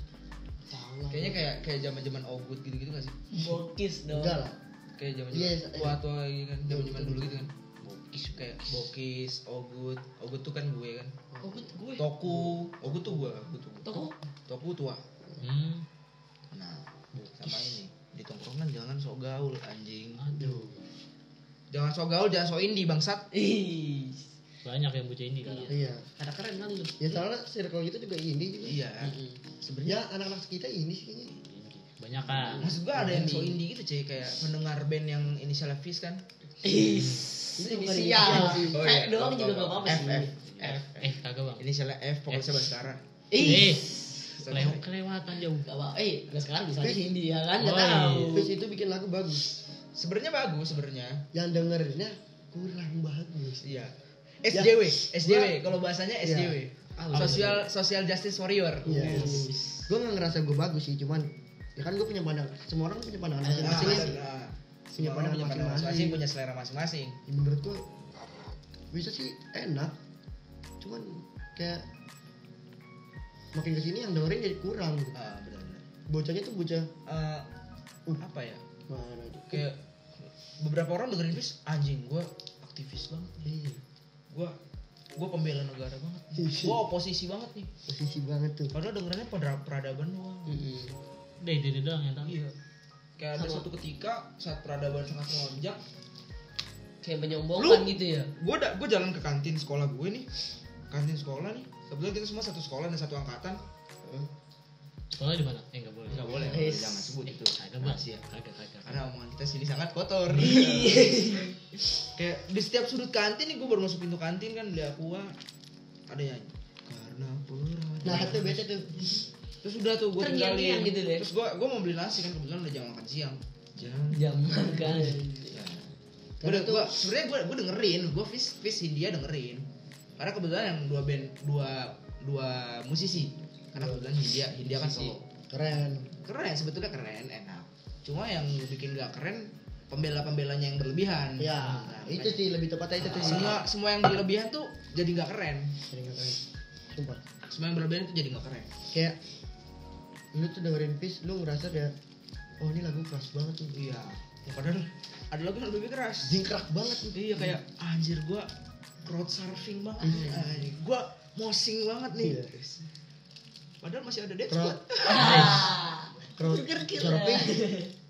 Speaker 1: salah
Speaker 2: kayaknya kayak kayak zaman zaman ogut gitu gitu gak sih
Speaker 4: Bokis dong.
Speaker 1: enggak lah
Speaker 2: kayak zaman
Speaker 1: Yes,
Speaker 2: zaman
Speaker 1: iya.
Speaker 2: tua tua gitu kan zaman zaman
Speaker 1: Betul,
Speaker 2: dulu
Speaker 1: betul.
Speaker 2: gitu kan bokis kayak bokis ogut ogut tuh kan gue kan
Speaker 4: Oh, gue, gue.
Speaker 2: toku ogut tuh gue ogut tuh gue.
Speaker 4: Toko.
Speaker 2: toku tua
Speaker 3: hmm
Speaker 2: Nah, sama ini di tongkrongan jangan sok gaul anjing.
Speaker 1: aduh
Speaker 2: Jangan sok gaul, jangan sok indie bangsat.
Speaker 4: Ih.
Speaker 3: banyak yang bocah ini kan
Speaker 1: iya
Speaker 4: Ada keren kali lu.
Speaker 1: ya soalnya circle gitu juga ini juga
Speaker 2: Iya.
Speaker 4: Mm-mm.
Speaker 1: ya
Speaker 2: Sebenarnya Iya.
Speaker 1: anak-anak kita ini sih kayaknya
Speaker 3: banyak kan
Speaker 2: maksud gua ada yang sok indie gitu cuy kayak pendengar band yang inisialnya Fis kan.
Speaker 4: Ih.
Speaker 1: Itu
Speaker 4: Ini
Speaker 1: bukan
Speaker 4: sial.
Speaker 1: inisial sih.
Speaker 2: Oh,
Speaker 4: Kayak
Speaker 2: iya.
Speaker 4: doang
Speaker 2: Apa,
Speaker 4: juga
Speaker 2: apa,
Speaker 4: gak apa-apa
Speaker 2: F,
Speaker 4: sih.
Speaker 2: F.
Speaker 3: eh kagak bang
Speaker 2: Inisialnya F pokoknya Baskara.
Speaker 4: Ih.
Speaker 3: eh lew- kelewatan jauh
Speaker 4: Gak apa. Eh, gak sekarang bisa lagi
Speaker 1: Ih.
Speaker 4: Hindi ya kan? Gak
Speaker 3: Woi.
Speaker 4: tahu.
Speaker 1: terus itu bikin lagu bagus
Speaker 2: Sebenarnya bagus sebenarnya.
Speaker 1: yang dengerinnya kurang bagus
Speaker 2: Iya.
Speaker 1: Ya. Ah,
Speaker 2: SJW, SJW kalau bahasanya SJW.
Speaker 4: Apa?
Speaker 2: Social Social Justice Warrior.
Speaker 1: Iya. gue nggak ngerasa gue bagus sih cuman ya kan gue punya pandang semua orang punya pandangan
Speaker 2: Nah,
Speaker 1: masing-masing ya. Punya
Speaker 2: nah, semua orang
Speaker 1: pandangan
Speaker 2: punya pandangan
Speaker 1: masing-masing.
Speaker 2: masing-masing, punya selera masing-masing.
Speaker 1: Ya, menurut gua bisa sih enak cuman kayak makin kesini yang dengerin jadi kurang gitu
Speaker 2: Ah, benar-benar.
Speaker 1: bocahnya tuh bocah
Speaker 2: Eh,
Speaker 1: Uh.
Speaker 2: apa ya?
Speaker 1: mana tuh
Speaker 2: kayak beberapa orang dengerin Fis anjing gue aktivis banget
Speaker 1: Iya,
Speaker 2: gue gue pembela negara banget gue oposisi banget nih
Speaker 1: posisi banget tuh
Speaker 2: padahal dengerannya pada peradaban doang
Speaker 1: Iya.
Speaker 4: Mm-mm.
Speaker 3: deh itu doang yang tahu
Speaker 2: iya kayak ada
Speaker 4: Sama.
Speaker 2: suatu ketika saat peradaban sangat melonjak
Speaker 4: Kayak
Speaker 2: Lu.
Speaker 4: menyombongkan gitu ya.
Speaker 2: gue da- gue jalan ke kantin sekolah gue nih kantin sekolah nih kebetulan kita semua satu sekolah dan satu angkatan
Speaker 3: sekolah di mana eh nggak boleh Eh,
Speaker 2: nggak boleh, nggak boleh jangan sebut itu
Speaker 1: Eh,
Speaker 3: kagak bang
Speaker 2: rahasia
Speaker 3: kagak kagak
Speaker 2: karena omongan kita sini sangat kotor
Speaker 1: Iya.
Speaker 2: kayak di setiap sudut kantin nih gue baru masuk pintu kantin kan beli aqua ada yang karena peradaban
Speaker 1: nah itu bete tuh
Speaker 2: terus udah tuh gue
Speaker 4: Terngiang-ngiang
Speaker 2: tinggalin
Speaker 4: gitu deh.
Speaker 2: terus gue gue mau beli nasi kan kebetulan udah jam makan siang jam
Speaker 4: Jam makan.
Speaker 2: Iya. gue udah gue sebenarnya gue gue dengerin gue fish fish India dengerin karena kebetulan yang dua band dua dua musisi karena kebetulan Hindia Hindia kan
Speaker 4: Musisi.
Speaker 2: solo
Speaker 1: keren
Speaker 2: keren sebetulnya keren enak cuma yang bikin gak keren pembela pembelanya yang berlebihan
Speaker 1: ya
Speaker 2: Nah,
Speaker 1: itu sih lebih tepatnya itu tuh
Speaker 2: semua semua yang berlebihan tuh jadi nggak keren
Speaker 1: sering keren sumpah
Speaker 2: semua yang berlebihan tuh jadi nggak keren
Speaker 1: kayak lu tuh dengerin Peace lu ngerasa kayak oh ini lagu keras banget tuh
Speaker 2: iya ya, padahal ada lagu yang lebih keras
Speaker 1: jingkrak banget nih
Speaker 2: iya kayak
Speaker 1: Hmm.
Speaker 2: anjir gua crowd surfing banget
Speaker 1: Iya.
Speaker 2: Anjir, gua mosing banget nih
Speaker 1: Iya.
Speaker 2: padahal masih ada dead
Speaker 1: crowd
Speaker 2: squad
Speaker 1: crowd
Speaker 4: Gergir.
Speaker 1: surfing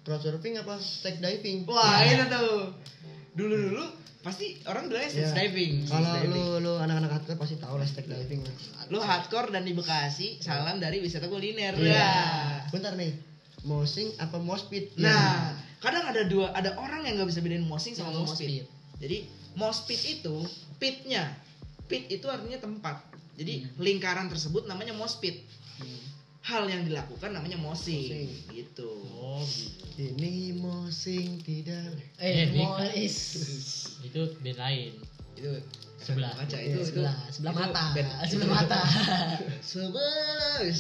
Speaker 1: crowd surfing apa stack diving
Speaker 2: wah itu tuh dulu dulu pasti orang dulu
Speaker 1: Iya.
Speaker 2: yeah. diving
Speaker 1: kalau
Speaker 2: stage
Speaker 1: lu
Speaker 2: diving.
Speaker 1: lu anak-anak hardcore pasti tau lah stack diving lah
Speaker 2: lu hardcore dan di Bekasi salam dari wisata kuliner
Speaker 1: Iya.
Speaker 2: ya
Speaker 1: bentar nih mosing apa mospit
Speaker 2: Nah, kadang ada dua, ada orang yang nggak bisa bedain moshing sama
Speaker 4: Sama mosh
Speaker 2: mospit.
Speaker 4: pit.
Speaker 2: Jadi mosh pit itu pitnya, pit itu artinya tempat. Jadi
Speaker 4: Hmm.
Speaker 2: lingkaran tersebut namanya mosh pit.
Speaker 4: Hmm.
Speaker 2: Hal yang dilakukan namanya moshing,
Speaker 1: Moshing.
Speaker 2: gitu.
Speaker 3: oh gitu.
Speaker 1: ini mosing tidak
Speaker 2: Iya,
Speaker 3: Eh,
Speaker 5: Eh,
Speaker 3: Dik.
Speaker 5: mau is
Speaker 3: itu band lain
Speaker 2: Itu
Speaker 3: Sebelah.
Speaker 2: efek kaca
Speaker 1: Iya,
Speaker 2: itu, itu-
Speaker 5: sebelah sebelah
Speaker 2: itu
Speaker 5: mata,
Speaker 2: band-
Speaker 5: sebelah
Speaker 2: itu-
Speaker 5: mata.
Speaker 2: Sebelah. Iya.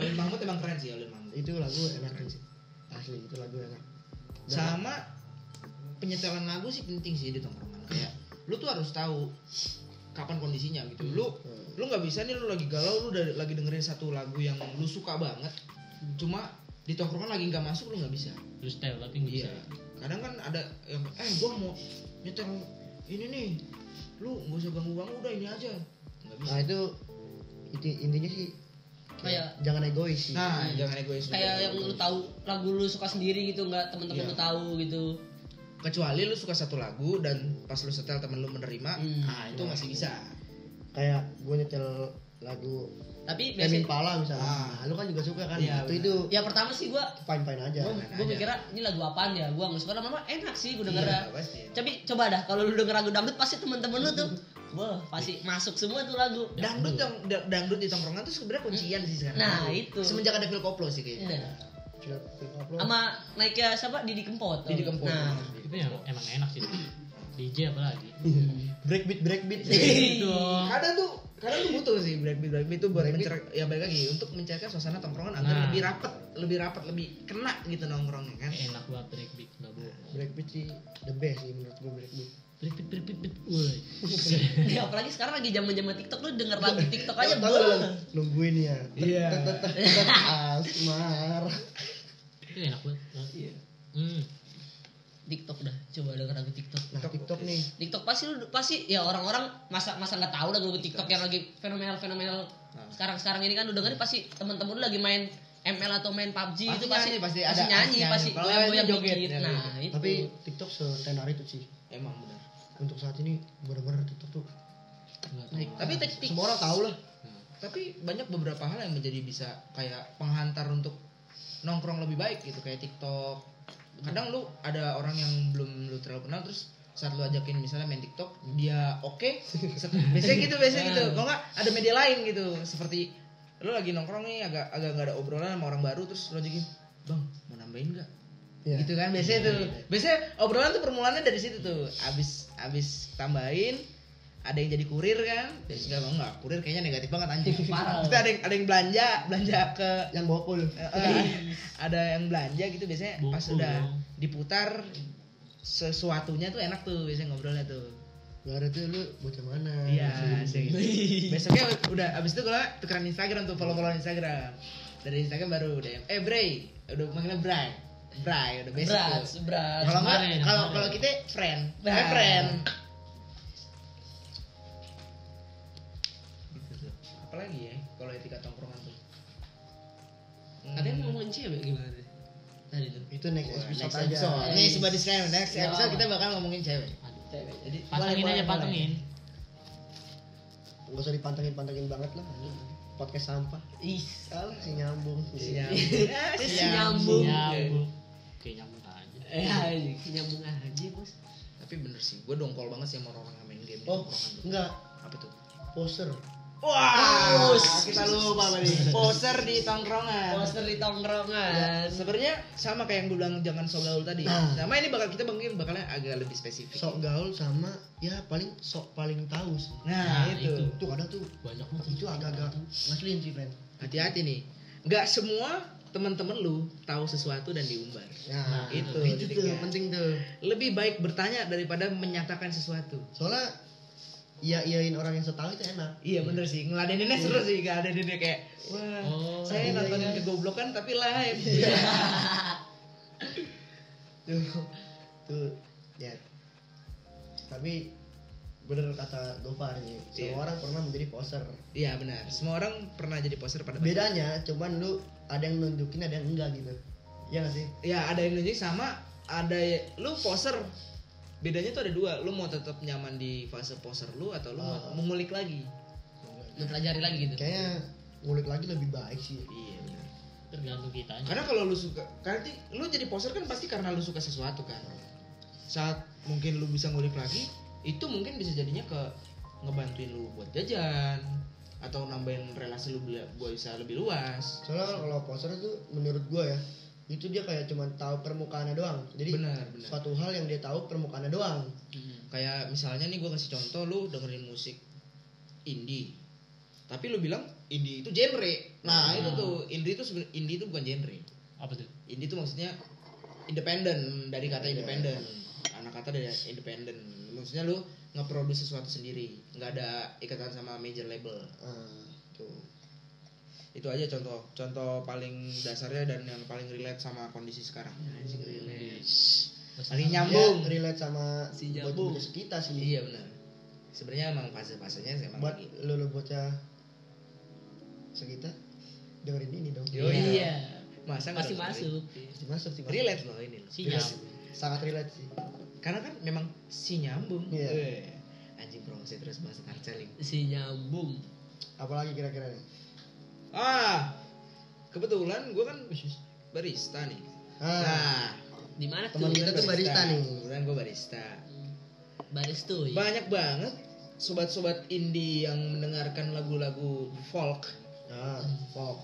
Speaker 2: Olin Mahmud emang keren sih ya, Olin Mahmud.
Speaker 1: itu lagu enak tuh asli itu lagu enak Dan-
Speaker 2: Sama penyetelan lagu sih penting sih di tongkrongan kayak lu tuh harus tahu kapan kondisinya gitu. Lu
Speaker 1: Hmm.
Speaker 2: lu nggak bisa nih lu lagi galau lu dari, lagi dengerin satu lagu yang lu suka banget cuma di tongkrongan lagi nggak masuk lu nggak bisa
Speaker 3: lu style tapi nggak bisa
Speaker 2: kadang kan ada yang eh gua mau nyetel ini nih lu nggak usah ganggu ganggu udah ini aja nggak bisa
Speaker 1: nah itu inti- intinya sih kayak
Speaker 4: Kayak-
Speaker 1: jangan egois sih
Speaker 2: nah jangan egois
Speaker 4: kayak yang lu tahu lagu lu suka sendiri gitu nggak teman-teman
Speaker 2: Iya.
Speaker 4: lu tahu gitu
Speaker 2: kecuali lu suka satu lagu dan pas lu setel temen lu menerima
Speaker 4: Hmm.
Speaker 2: ah itu masih bisa
Speaker 1: kayak gue nyetel lagu
Speaker 4: tapi
Speaker 1: Kevin
Speaker 4: biasanya
Speaker 1: Pala misalnya
Speaker 2: Ah.
Speaker 1: nah, lu kan juga suka kan itu
Speaker 2: Iya, benar.
Speaker 1: itu
Speaker 4: ya pertama sih gua
Speaker 1: fine fine aja
Speaker 4: gua,
Speaker 2: Jangan
Speaker 4: gua
Speaker 2: aja.
Speaker 4: mikirnya ini lagu apaan ya gua nggak suka lama-lama enak sih gua denger ya?
Speaker 2: Iya, pasti.
Speaker 4: tapi coba dah kalau lu denger lagu dangdut pasti temen-temen lu tuh wah pasti masuk semua tuh lagu
Speaker 2: dangdut yang da- dangdut di tongkrongan tuh sebenarnya kuncian sih sekarang
Speaker 4: Nah, itu.
Speaker 2: semenjak ada Phil Koplo sih kayaknya
Speaker 4: Nah,
Speaker 1: Film- film upload.
Speaker 4: sama naiknya siapa Didi Kempot
Speaker 2: Didi Kempot.
Speaker 4: nah
Speaker 3: itu yang emang enak sih DJ apalagi
Speaker 2: Iya.
Speaker 1: breakbeat breakbeat
Speaker 3: itu
Speaker 2: kadang tuh kadang tuh butuh sih breakbeat breakbeat itu buat
Speaker 1: Breakbeat.
Speaker 2: mencer ya balik lagi untuk mencairkan suasana tongkrongan agar
Speaker 3: Nah.
Speaker 2: lebih rapet lebih rapet lebih kena gitu nongkrongnya kan
Speaker 3: enak banget breakbeat nggak bohong
Speaker 1: breakbeat sih the best sih menurut gue breakbeat
Speaker 3: breakbeat breakbeat breakbeat woi
Speaker 4: ya, apalagi sekarang lagi zaman zaman TikTok lu denger lagu TikTok aja
Speaker 1: Tahu
Speaker 4: belum
Speaker 1: lu nungguin ya
Speaker 2: Iya.
Speaker 1: asmar
Speaker 3: itu enak banget
Speaker 1: Iya.
Speaker 3: hmm
Speaker 4: TikTok dah coba denger lagu TikTok
Speaker 1: nah tiktok nih
Speaker 4: TikTok pasti lu pasti ya orang-orang masa masa nggak tahu lagu
Speaker 2: Iya.
Speaker 4: TikTok yang lagi fenomenal fenomenal
Speaker 2: Nah,
Speaker 4: sekarang sekarang ini kan udah dengerin pasti temen-temen lu lagi main ML atau main PUBG
Speaker 2: Pasti
Speaker 4: itu pasti
Speaker 2: nyanyi, pasti ada-
Speaker 4: nyanyi
Speaker 2: nyanyi.
Speaker 4: pasti
Speaker 2: Kalau
Speaker 4: goyang goyang
Speaker 2: ini joget,
Speaker 4: dikit
Speaker 2: ya,
Speaker 4: nah itu
Speaker 1: tapi tiktok setenar itu sih
Speaker 2: emang benar
Speaker 1: untuk saat ini bener-bener tiktok tuh
Speaker 3: nggak tahu
Speaker 1: naik
Speaker 2: tapi tik- tik-
Speaker 1: semua orang tahu lah
Speaker 2: tapi banyak beberapa hal yang menjadi bisa kayak penghantar untuk nongkrong lebih baik gitu kayak TikTok kadang lu ada orang yang belum lu terlalu kenal terus saat lu ajakin misalnya main TikTok dia oke set- biasanya gitu biasanya gitu
Speaker 1: Nah.
Speaker 2: kalau nggak ada media lain gitu seperti lu lagi nongkrong nih agak agak nggak ada obrolan sama orang baru terus lu ajakin bang mau nambahin nggak
Speaker 1: Iya.
Speaker 2: gitu kan biasanya tuh biasanya obrolan tuh permulaannya dari situ tuh abis abis tambahin ada yang jadi kurir kan terus nggak mau nggak kurir kayaknya negatif banget anjing
Speaker 4: Parah.
Speaker 2: Terus ada yang ada yang belanja belanja ke
Speaker 1: yang bawa pul
Speaker 2: eh, eh, ada yang belanja gitu biasanya pas
Speaker 3: Bungkul
Speaker 2: udah
Speaker 3: dong.
Speaker 2: diputar sesuatunya tuh enak tuh biasanya ngobrolnya tuh
Speaker 1: nggak ada tuh lu bocah mana gitu.
Speaker 2: iya asik. besoknya udah abis itu gua tukeran Instagram tuh follow follow Instagram dari Instagram baru DM eh Bray udah manggilnya Bray Bray udah basic
Speaker 4: berat
Speaker 2: tuh
Speaker 4: berat
Speaker 2: kalau nggak
Speaker 3: kemarin,
Speaker 2: kalau
Speaker 3: kemarin.
Speaker 2: kalau kita friend
Speaker 4: Nah.
Speaker 2: eh, friend apalagi ya kalau etika tongkrongan tuh Hmm.
Speaker 4: katanya mau ngomongin cewek gimana deh? tadi tuh
Speaker 1: itu next
Speaker 2: Wah,
Speaker 1: episode
Speaker 2: next
Speaker 1: aja
Speaker 2: episode. Nih
Speaker 4: Yes.
Speaker 2: sebuah disclaimer next
Speaker 4: Ya,
Speaker 2: episode
Speaker 4: apa?
Speaker 2: kita bakal ngomongin cewek.
Speaker 3: Aduh.
Speaker 4: cewek
Speaker 2: Jadi
Speaker 3: pantengin
Speaker 2: boleh,
Speaker 3: aja
Speaker 2: boleh,
Speaker 3: pantengin
Speaker 1: nggak usah dipantengin pantengin banget lah podcast sampah
Speaker 4: ih
Speaker 1: salah sih nyambung
Speaker 2: boleh. Sinyambung. Ya,
Speaker 4: Sinyambung.
Speaker 3: nyambung kayak nyambung aja
Speaker 4: eh
Speaker 2: Iya.
Speaker 4: anjing, nyambung aja bos
Speaker 2: Tapi bener sih, gue dongkol banget sih sama orang-orang yang main game di
Speaker 1: oh
Speaker 2: tongkrongan tuh.
Speaker 1: enggak
Speaker 2: Apa tuh?
Speaker 1: poser
Speaker 2: Wah,
Speaker 4: Us.
Speaker 2: kita lupa tadi. Poser di tongkrongan.
Speaker 4: poster di
Speaker 2: Ya,
Speaker 4: tongkrongan
Speaker 2: sebenarnya sama kayak yang gue bilang jangan sok gaul tadi.
Speaker 1: Nah.
Speaker 2: Sama ini bakal kita mungkin bakalnya agak lebih spesifik.
Speaker 1: sok gaul sama ya paling sok paling tahu sih
Speaker 2: Nah,
Speaker 3: Nah,
Speaker 2: itu.
Speaker 3: itu.
Speaker 1: tuh kadang tuh
Speaker 3: banyak banget
Speaker 1: itu agak-agak ngeselin sih friend
Speaker 2: Hati-hati nih. nggak semua teman-teman lu tahu sesuatu dan diumbar.
Speaker 1: Nah,
Speaker 2: itu,
Speaker 1: itu
Speaker 2: jadi
Speaker 1: tuh
Speaker 2: kayak-
Speaker 1: penting tuh.
Speaker 2: Lebih baik bertanya daripada menyatakan sesuatu.
Speaker 1: Soalnya iya iyain orang yang setahu itu enak.
Speaker 2: Iya bener sih, ngeladeninnya seru sih, ngeladeninnya kayak wah
Speaker 3: Oh,
Speaker 2: saya
Speaker 1: iya,
Speaker 2: nontonin
Speaker 1: iya.
Speaker 2: kegoblokan tapi live.
Speaker 1: Tuh, tuh, lihat. Tapi bener kata Gofar nih,
Speaker 2: Iya.
Speaker 1: semua orang pernah menjadi poser.
Speaker 2: Iya benar, semua orang pernah jadi poster pada
Speaker 1: Bedanya cuman lu ada yang nunjukin ada yang enggak gitu. Iya gak sih?
Speaker 2: Ya ada yang nunjuk sama ada ya- lu poser. Bedanya tuh ada dua, lu mau tetap nyaman di fase poser lu atau lu
Speaker 1: Ah.
Speaker 2: mau mengulik lagi.
Speaker 4: lu pelajari lagi gitu
Speaker 1: Kayaknya ngulik lagi lebih baik sih.
Speaker 2: Iya benar.
Speaker 3: tergantung kitanya.
Speaker 2: Karena kalau lu suka, nanti lu jadi poser kan pasti karena lu suka sesuatu kan. Saat mungkin lu bisa ngulik lagi, itu mungkin bisa jadinya ke ngebantuin lu buat jajan atau nambahin relasi lu bila- buat bisa lebih luas.
Speaker 1: Soalnya kalau poser tuh menurut gua ya, itu dia kayak cuman tahu permukaannya doang. Jadi
Speaker 2: Benar, benar.
Speaker 1: suatu hal yang dia tahu permukaannya doang.
Speaker 2: Kayak misalnya nih gua kasih contoh lu dengerin musik indie. Tapi lu bilang indie itu genre. Nah, itu
Speaker 3: Hmm.
Speaker 2: tuh indie itu seben- indie itu bukan genre.
Speaker 3: Apa tuh?
Speaker 2: Indie itu maksudnya independen dari kata
Speaker 1: Iya.
Speaker 2: independen. Anak kata dari independen. Maksudnya lu ngeproduksi sesuatu sendiri, nggak ada ikatan sama major label.
Speaker 1: Ah, tuh.
Speaker 2: Itu aja contoh, contoh paling dasarnya dan yang paling relate sama kondisi sekarang. Anjing relate. Paling
Speaker 1: Ya,
Speaker 2: nyambung.
Speaker 1: relate sama
Speaker 2: Si
Speaker 1: buat
Speaker 2: jambung.
Speaker 1: bocah kita sih.
Speaker 2: Iya benar. Sebenarnya emang fase-fasenya emang
Speaker 1: Buat
Speaker 2: gitu.
Speaker 1: lu lu bocah sekitar dengerin ini dong.
Speaker 2: Yo, iya. Masa nggak
Speaker 4: pasti
Speaker 2: dong?
Speaker 4: Kan masuk
Speaker 1: Pasti masuk sih. Mas.
Speaker 2: Relate loh ini. loh.
Speaker 3: Si
Speaker 1: Relate.
Speaker 3: nyambung.
Speaker 1: Sangat relate sih.
Speaker 2: Karena kan memang si nyambung.
Speaker 1: Iya.
Speaker 2: Eh, Anjing promosi terus bahasa tarceling.
Speaker 4: si nyambung
Speaker 1: Apalagi kira-kira nih.
Speaker 2: Ah, kebetulan gue kan barista nih.
Speaker 1: Ah,
Speaker 2: Nah,
Speaker 4: di mana tuh Hmm.
Speaker 1: Temen kita tuh barista nih.
Speaker 2: Kebetulan gue barista.
Speaker 4: baris tuh ya.
Speaker 2: Banyak banget sobat-sobat indie yang mendengarkan lagu-lagu folk.
Speaker 1: ah, folk.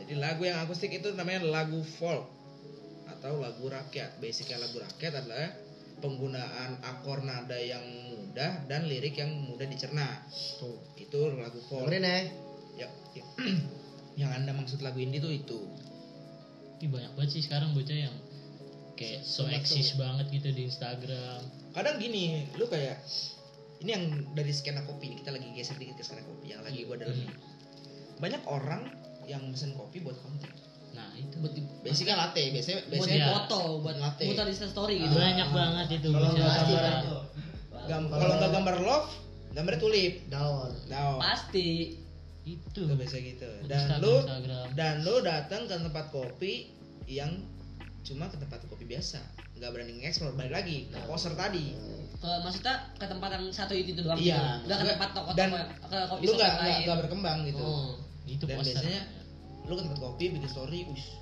Speaker 2: Jadi lagu yang akustik itu namanya lagu folk atau lagu rakyat. Basicnya lagu rakyat adalah penggunaan akor nada yang mudah dan lirik yang mudah dicerna.
Speaker 1: Tuh.
Speaker 2: Itu lagu folk.
Speaker 1: Dengerin ya.
Speaker 2: Ya, ya. yang anda maksud lagu indie tuh itu.
Speaker 3: Ih, banyak banget sih sekarang bocah yang kayak so
Speaker 1: Sama
Speaker 3: eksis banget gitu di Instagram.
Speaker 2: kadang gini lu kayak ini yang dari skena kopi nih, kita lagi geser dikit ke skena kopi yang lagi gua
Speaker 4: Iya.
Speaker 2: dalemin banyak orang yang pesen kopi buat konten
Speaker 3: Nah, itu
Speaker 4: buat di
Speaker 2: biasanya latte biasanya
Speaker 4: buat
Speaker 2: biasanya
Speaker 3: Iya.
Speaker 4: foto buat
Speaker 2: Latte.
Speaker 4: mutar di story gitu
Speaker 2: Ah.
Speaker 3: banyak banget itu
Speaker 1: Kalau
Speaker 3: bocah
Speaker 1: nggak pasti
Speaker 3: gambar.
Speaker 1: kan tuh.
Speaker 2: gam- kalau nggak gambar love gambarnya tulip
Speaker 1: Daun.
Speaker 2: daun
Speaker 4: pasti
Speaker 3: Itu.
Speaker 2: itu biasa gitu dan
Speaker 3: Instagram,
Speaker 2: lu
Speaker 3: Instagram.
Speaker 2: dan lu datang ke tempat kopi yang cuma ke tempat kopi biasa nggak berani nge-explore balik lagi
Speaker 4: Nah.
Speaker 2: ke poster tadi
Speaker 4: ke maksudnya ke tempat yang satu itu itu doang
Speaker 2: Iya,
Speaker 4: gitu. nggak ke
Speaker 2: maksudnya-
Speaker 4: tempat toko
Speaker 2: dan
Speaker 4: toko ke kopi
Speaker 2: lu nggak
Speaker 4: shop yang
Speaker 2: nggak-
Speaker 4: lain
Speaker 2: nggak berkembang gitu
Speaker 4: Oh.
Speaker 3: Itu
Speaker 2: Dan
Speaker 3: poster.
Speaker 2: biasanya lu ke tempat kopi bikin story us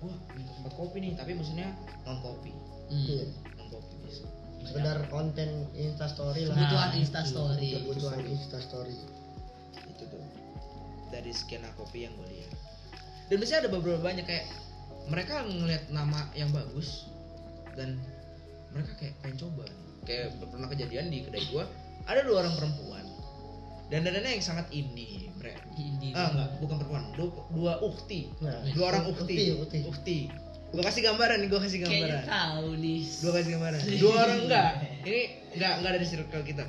Speaker 2: gua ke tempat kopi nih tapi maksudnya non kopi
Speaker 4: Hmm.
Speaker 1: Iya.
Speaker 2: non kopi biasa
Speaker 1: Sekedar konten Insta story lah.
Speaker 4: kebutuhan
Speaker 3: Nah,
Speaker 2: gitu.
Speaker 4: insta story
Speaker 2: Iya,
Speaker 1: Kebutuhan Insta story.
Speaker 2: itu tuh dari skena kopi yang gue lihat dan biasanya ada beberapa banyak kayak mereka ngeliat nama yang bagus dan mereka kayak pengen coba kayak pernah kejadian di kedai gua ada dua orang perempuan dan dandannya yang sangat indie mereka ah enggak bukan perempuan dua, dua ukti
Speaker 1: Nah,
Speaker 2: dua orang ukti
Speaker 1: ukti, ukti.
Speaker 2: gue kasih gambaran nih gue kasih
Speaker 4: kayaknya
Speaker 2: gambaran
Speaker 4: tahu nih
Speaker 2: dua kasih gambaran dua orang enggak ini enggak enggak dari circle kita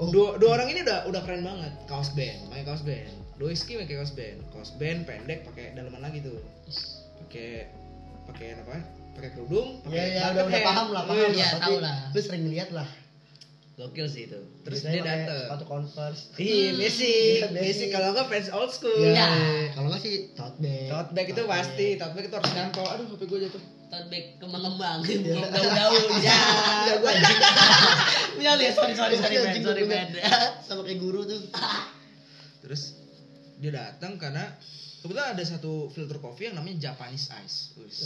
Speaker 1: Oh.
Speaker 2: dua, dua orang ini udah udah keren banget kaos band pakai kaos band Doiski pakai kaos band kaos band pendek pakai dalaman lagi tuh pakai pakai apa ya? pakai kerudung pakai
Speaker 1: Ya ya udah
Speaker 2: bucket
Speaker 1: udah
Speaker 2: hat.
Speaker 1: paham lah, paham
Speaker 2: Wih,
Speaker 1: lah.
Speaker 4: Iya,
Speaker 1: Pasti
Speaker 4: tahu lah.
Speaker 1: Lu sering lihat lah.
Speaker 2: gokil sih itu terus
Speaker 1: Biasanya
Speaker 2: dia
Speaker 1: pakai
Speaker 2: dateng
Speaker 1: Sepatu Converse.
Speaker 2: Ih, basic,
Speaker 1: Iya, basic.
Speaker 2: basic. Kalau nggak fans old school.
Speaker 1: Ya, kalau nggak sih tote bag.
Speaker 2: Tote bag itu pasti, tote bag itu harus nyantol. Aduh, HP gue jatuh.
Speaker 4: tote bag kembang-kembang
Speaker 2: Iya.
Speaker 4: bukan daun-daun ya
Speaker 1: Ya gua
Speaker 4: ya lihat sorry sorry sorry
Speaker 1: Iya,
Speaker 4: man
Speaker 1: anjing,
Speaker 4: sorry
Speaker 1: gua
Speaker 4: man
Speaker 1: sama kayak guru tuh.
Speaker 2: Terus dia datang karena kebetulan ada satu filter kopi yang namanya Japanese Ice.
Speaker 1: Iya.
Speaker 4: Ya.
Speaker 2: Wis.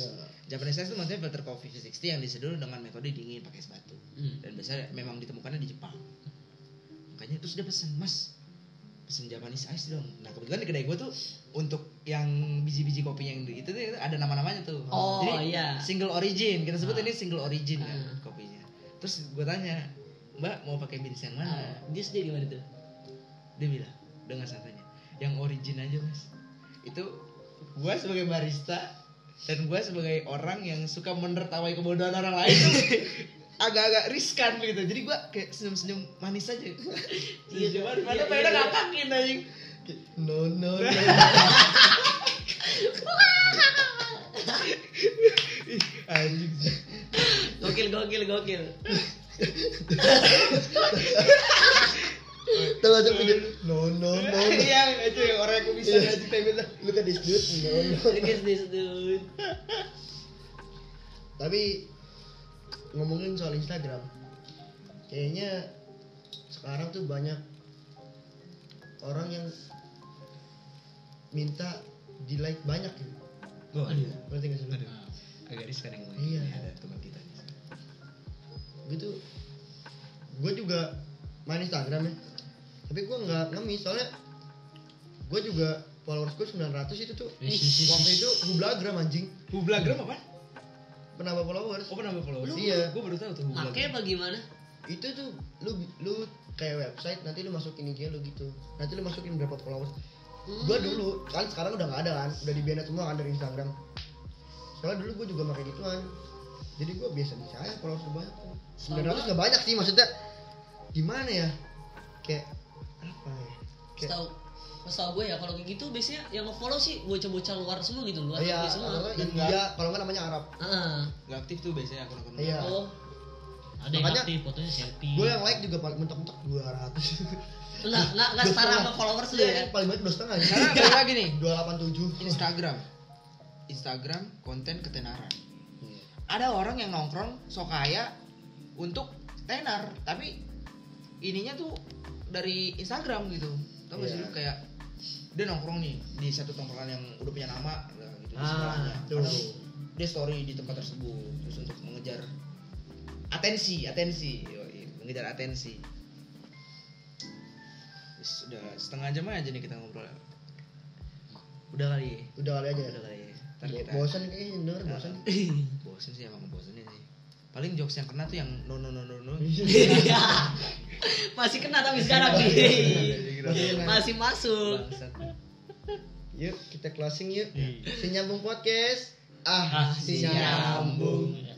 Speaker 2: Japanese Ice itu maksudnya filter kopi V60 yang diseduh dengan metode dingin pakai es batu.
Speaker 4: Hmm.
Speaker 2: Dan biasanya memang ditemukannya di Jepang. Makanya terus dia pesan, "Mas, pesen Japanese Ice dong." Nah, kebetulan di kedai gue tuh untuk yang biji-biji kopi yang di- itu tuh ada nama-namanya tuh.
Speaker 4: Oh,
Speaker 2: Jadi,
Speaker 4: iya.
Speaker 2: Single origin, kita sebut
Speaker 3: Ah.
Speaker 2: ini single origin kan
Speaker 4: Ah.
Speaker 2: kopinya. Terus gue tanya, "Mbak, mau pakai biji yang
Speaker 4: Ah,
Speaker 2: mana?"
Speaker 4: dia sendiri gimana tuh
Speaker 2: dia bilang dengan santainya yang origin aja mas itu gue sebagai barista dan gue sebagai orang yang suka menertawai kebodohan orang lain tuh agak-agak riskan gitu jadi gue kayak senyum-senyum manis aja senyum manis mana
Speaker 1: iya,
Speaker 2: pengen
Speaker 1: iya.
Speaker 2: ngatakin anjing
Speaker 1: No no no.
Speaker 2: Ih, anjing
Speaker 4: Gokil gokil gokil.
Speaker 1: Tuh aja pinjam. No no no. no.
Speaker 2: yang Iya, itu yang orang yang bisa gitu.
Speaker 1: Iya.
Speaker 2: anjing tapi
Speaker 1: Look at this dude. No no.
Speaker 4: Look at this dude.
Speaker 1: Tapi ngomongin soal Instagram, kayaknya sekarang tuh banyak orang yang minta di like banyak gitu.
Speaker 2: gue ada
Speaker 1: Ngerti gak sih? lu?
Speaker 2: Aduh. Ah, agak riskan yang ngomong
Speaker 1: Iya.
Speaker 2: Ini ada teman kita di sana.
Speaker 1: Gue tuh, gue Gitu. juga main Instagram ya. Tapi gue nggak ngemis soalnya gue juga followers gue 900 itu tuh
Speaker 3: Ih, ih, ih.
Speaker 1: waktu itu hublagram anjing
Speaker 2: Hublagram apa?
Speaker 1: penambah followers
Speaker 2: Oh penambah followers?
Speaker 1: Lu- Iya.
Speaker 2: Gue baru tahu tuh
Speaker 4: Pakai apa gimana?
Speaker 1: itu tuh lu lu kayak website nanti lu masukin IG lu gitu nanti lu masukin berapa followers gua
Speaker 4: Hmm.
Speaker 1: dulu kan sekarang udah nggak ada kan udah dibanned semua kan dari Instagram soalnya dulu gua juga pakai gituan jadi gua biasa biasa aja followers gua banyak sembilan ratus nggak banyak sih maksudnya gimana ya kayak apa ya kayak
Speaker 4: Tahu Setahu gue ya kalau kayak gitu biasanya yang nge-follow sih bocah-bocah luar semua gitu, luar
Speaker 1: Iya,
Speaker 4: negeri semua.
Speaker 1: kalau nggak
Speaker 2: Dan
Speaker 1: India, kalau nggak namanya Arab.
Speaker 4: Heeh.
Speaker 2: Gak aktif tuh biasanya akun-akun
Speaker 1: Iya.
Speaker 4: Oh,
Speaker 3: ada yang
Speaker 1: Makanya-
Speaker 3: aktif fotonya selfie
Speaker 1: Gue yang like juga paling mentok-mentok 200.
Speaker 4: enggak enggak enggak setara sama followers lu ya.
Speaker 1: Iya, paling banyak 2,5.
Speaker 2: Karena balik lagi nih
Speaker 1: 287.
Speaker 2: Instagram Instagram konten ketenaran Ada orang yang nongkrong so kaya Untuk tenar Tapi ininya tuh dari Instagram gitu Tau gak sih
Speaker 1: Iya.
Speaker 2: lu kayak Dia nongkrong nih di satu tongkrongan yang udah punya nama lah gitu, di
Speaker 1: Ah,
Speaker 2: sebelahnya.
Speaker 1: tuh.
Speaker 2: Padahal Dia story di tempat tersebut Terus untuk mengejar atensi atensi yoi, mengejar atensi Terus udah setengah jam aja nih kita ngobrol udah kali
Speaker 1: Udah kali aja.
Speaker 2: udah kali ntar
Speaker 1: Bo-
Speaker 2: kita Nah.
Speaker 1: Bosan kayaknya denger bosan.
Speaker 2: bosen sih emang bosennya sih paling jokes yang kena tuh yang no no no no no
Speaker 4: Masih kena tapi sekarang nih.
Speaker 1: Iya.
Speaker 4: Masih masuk.
Speaker 2: Bangsat.
Speaker 1: Yuk kita closing yuk. Si nyambung podcast. Ah,
Speaker 3: Ah,
Speaker 1: si
Speaker 2: si
Speaker 1: nyambung.
Speaker 2: nyambung.
Speaker 3: Ya.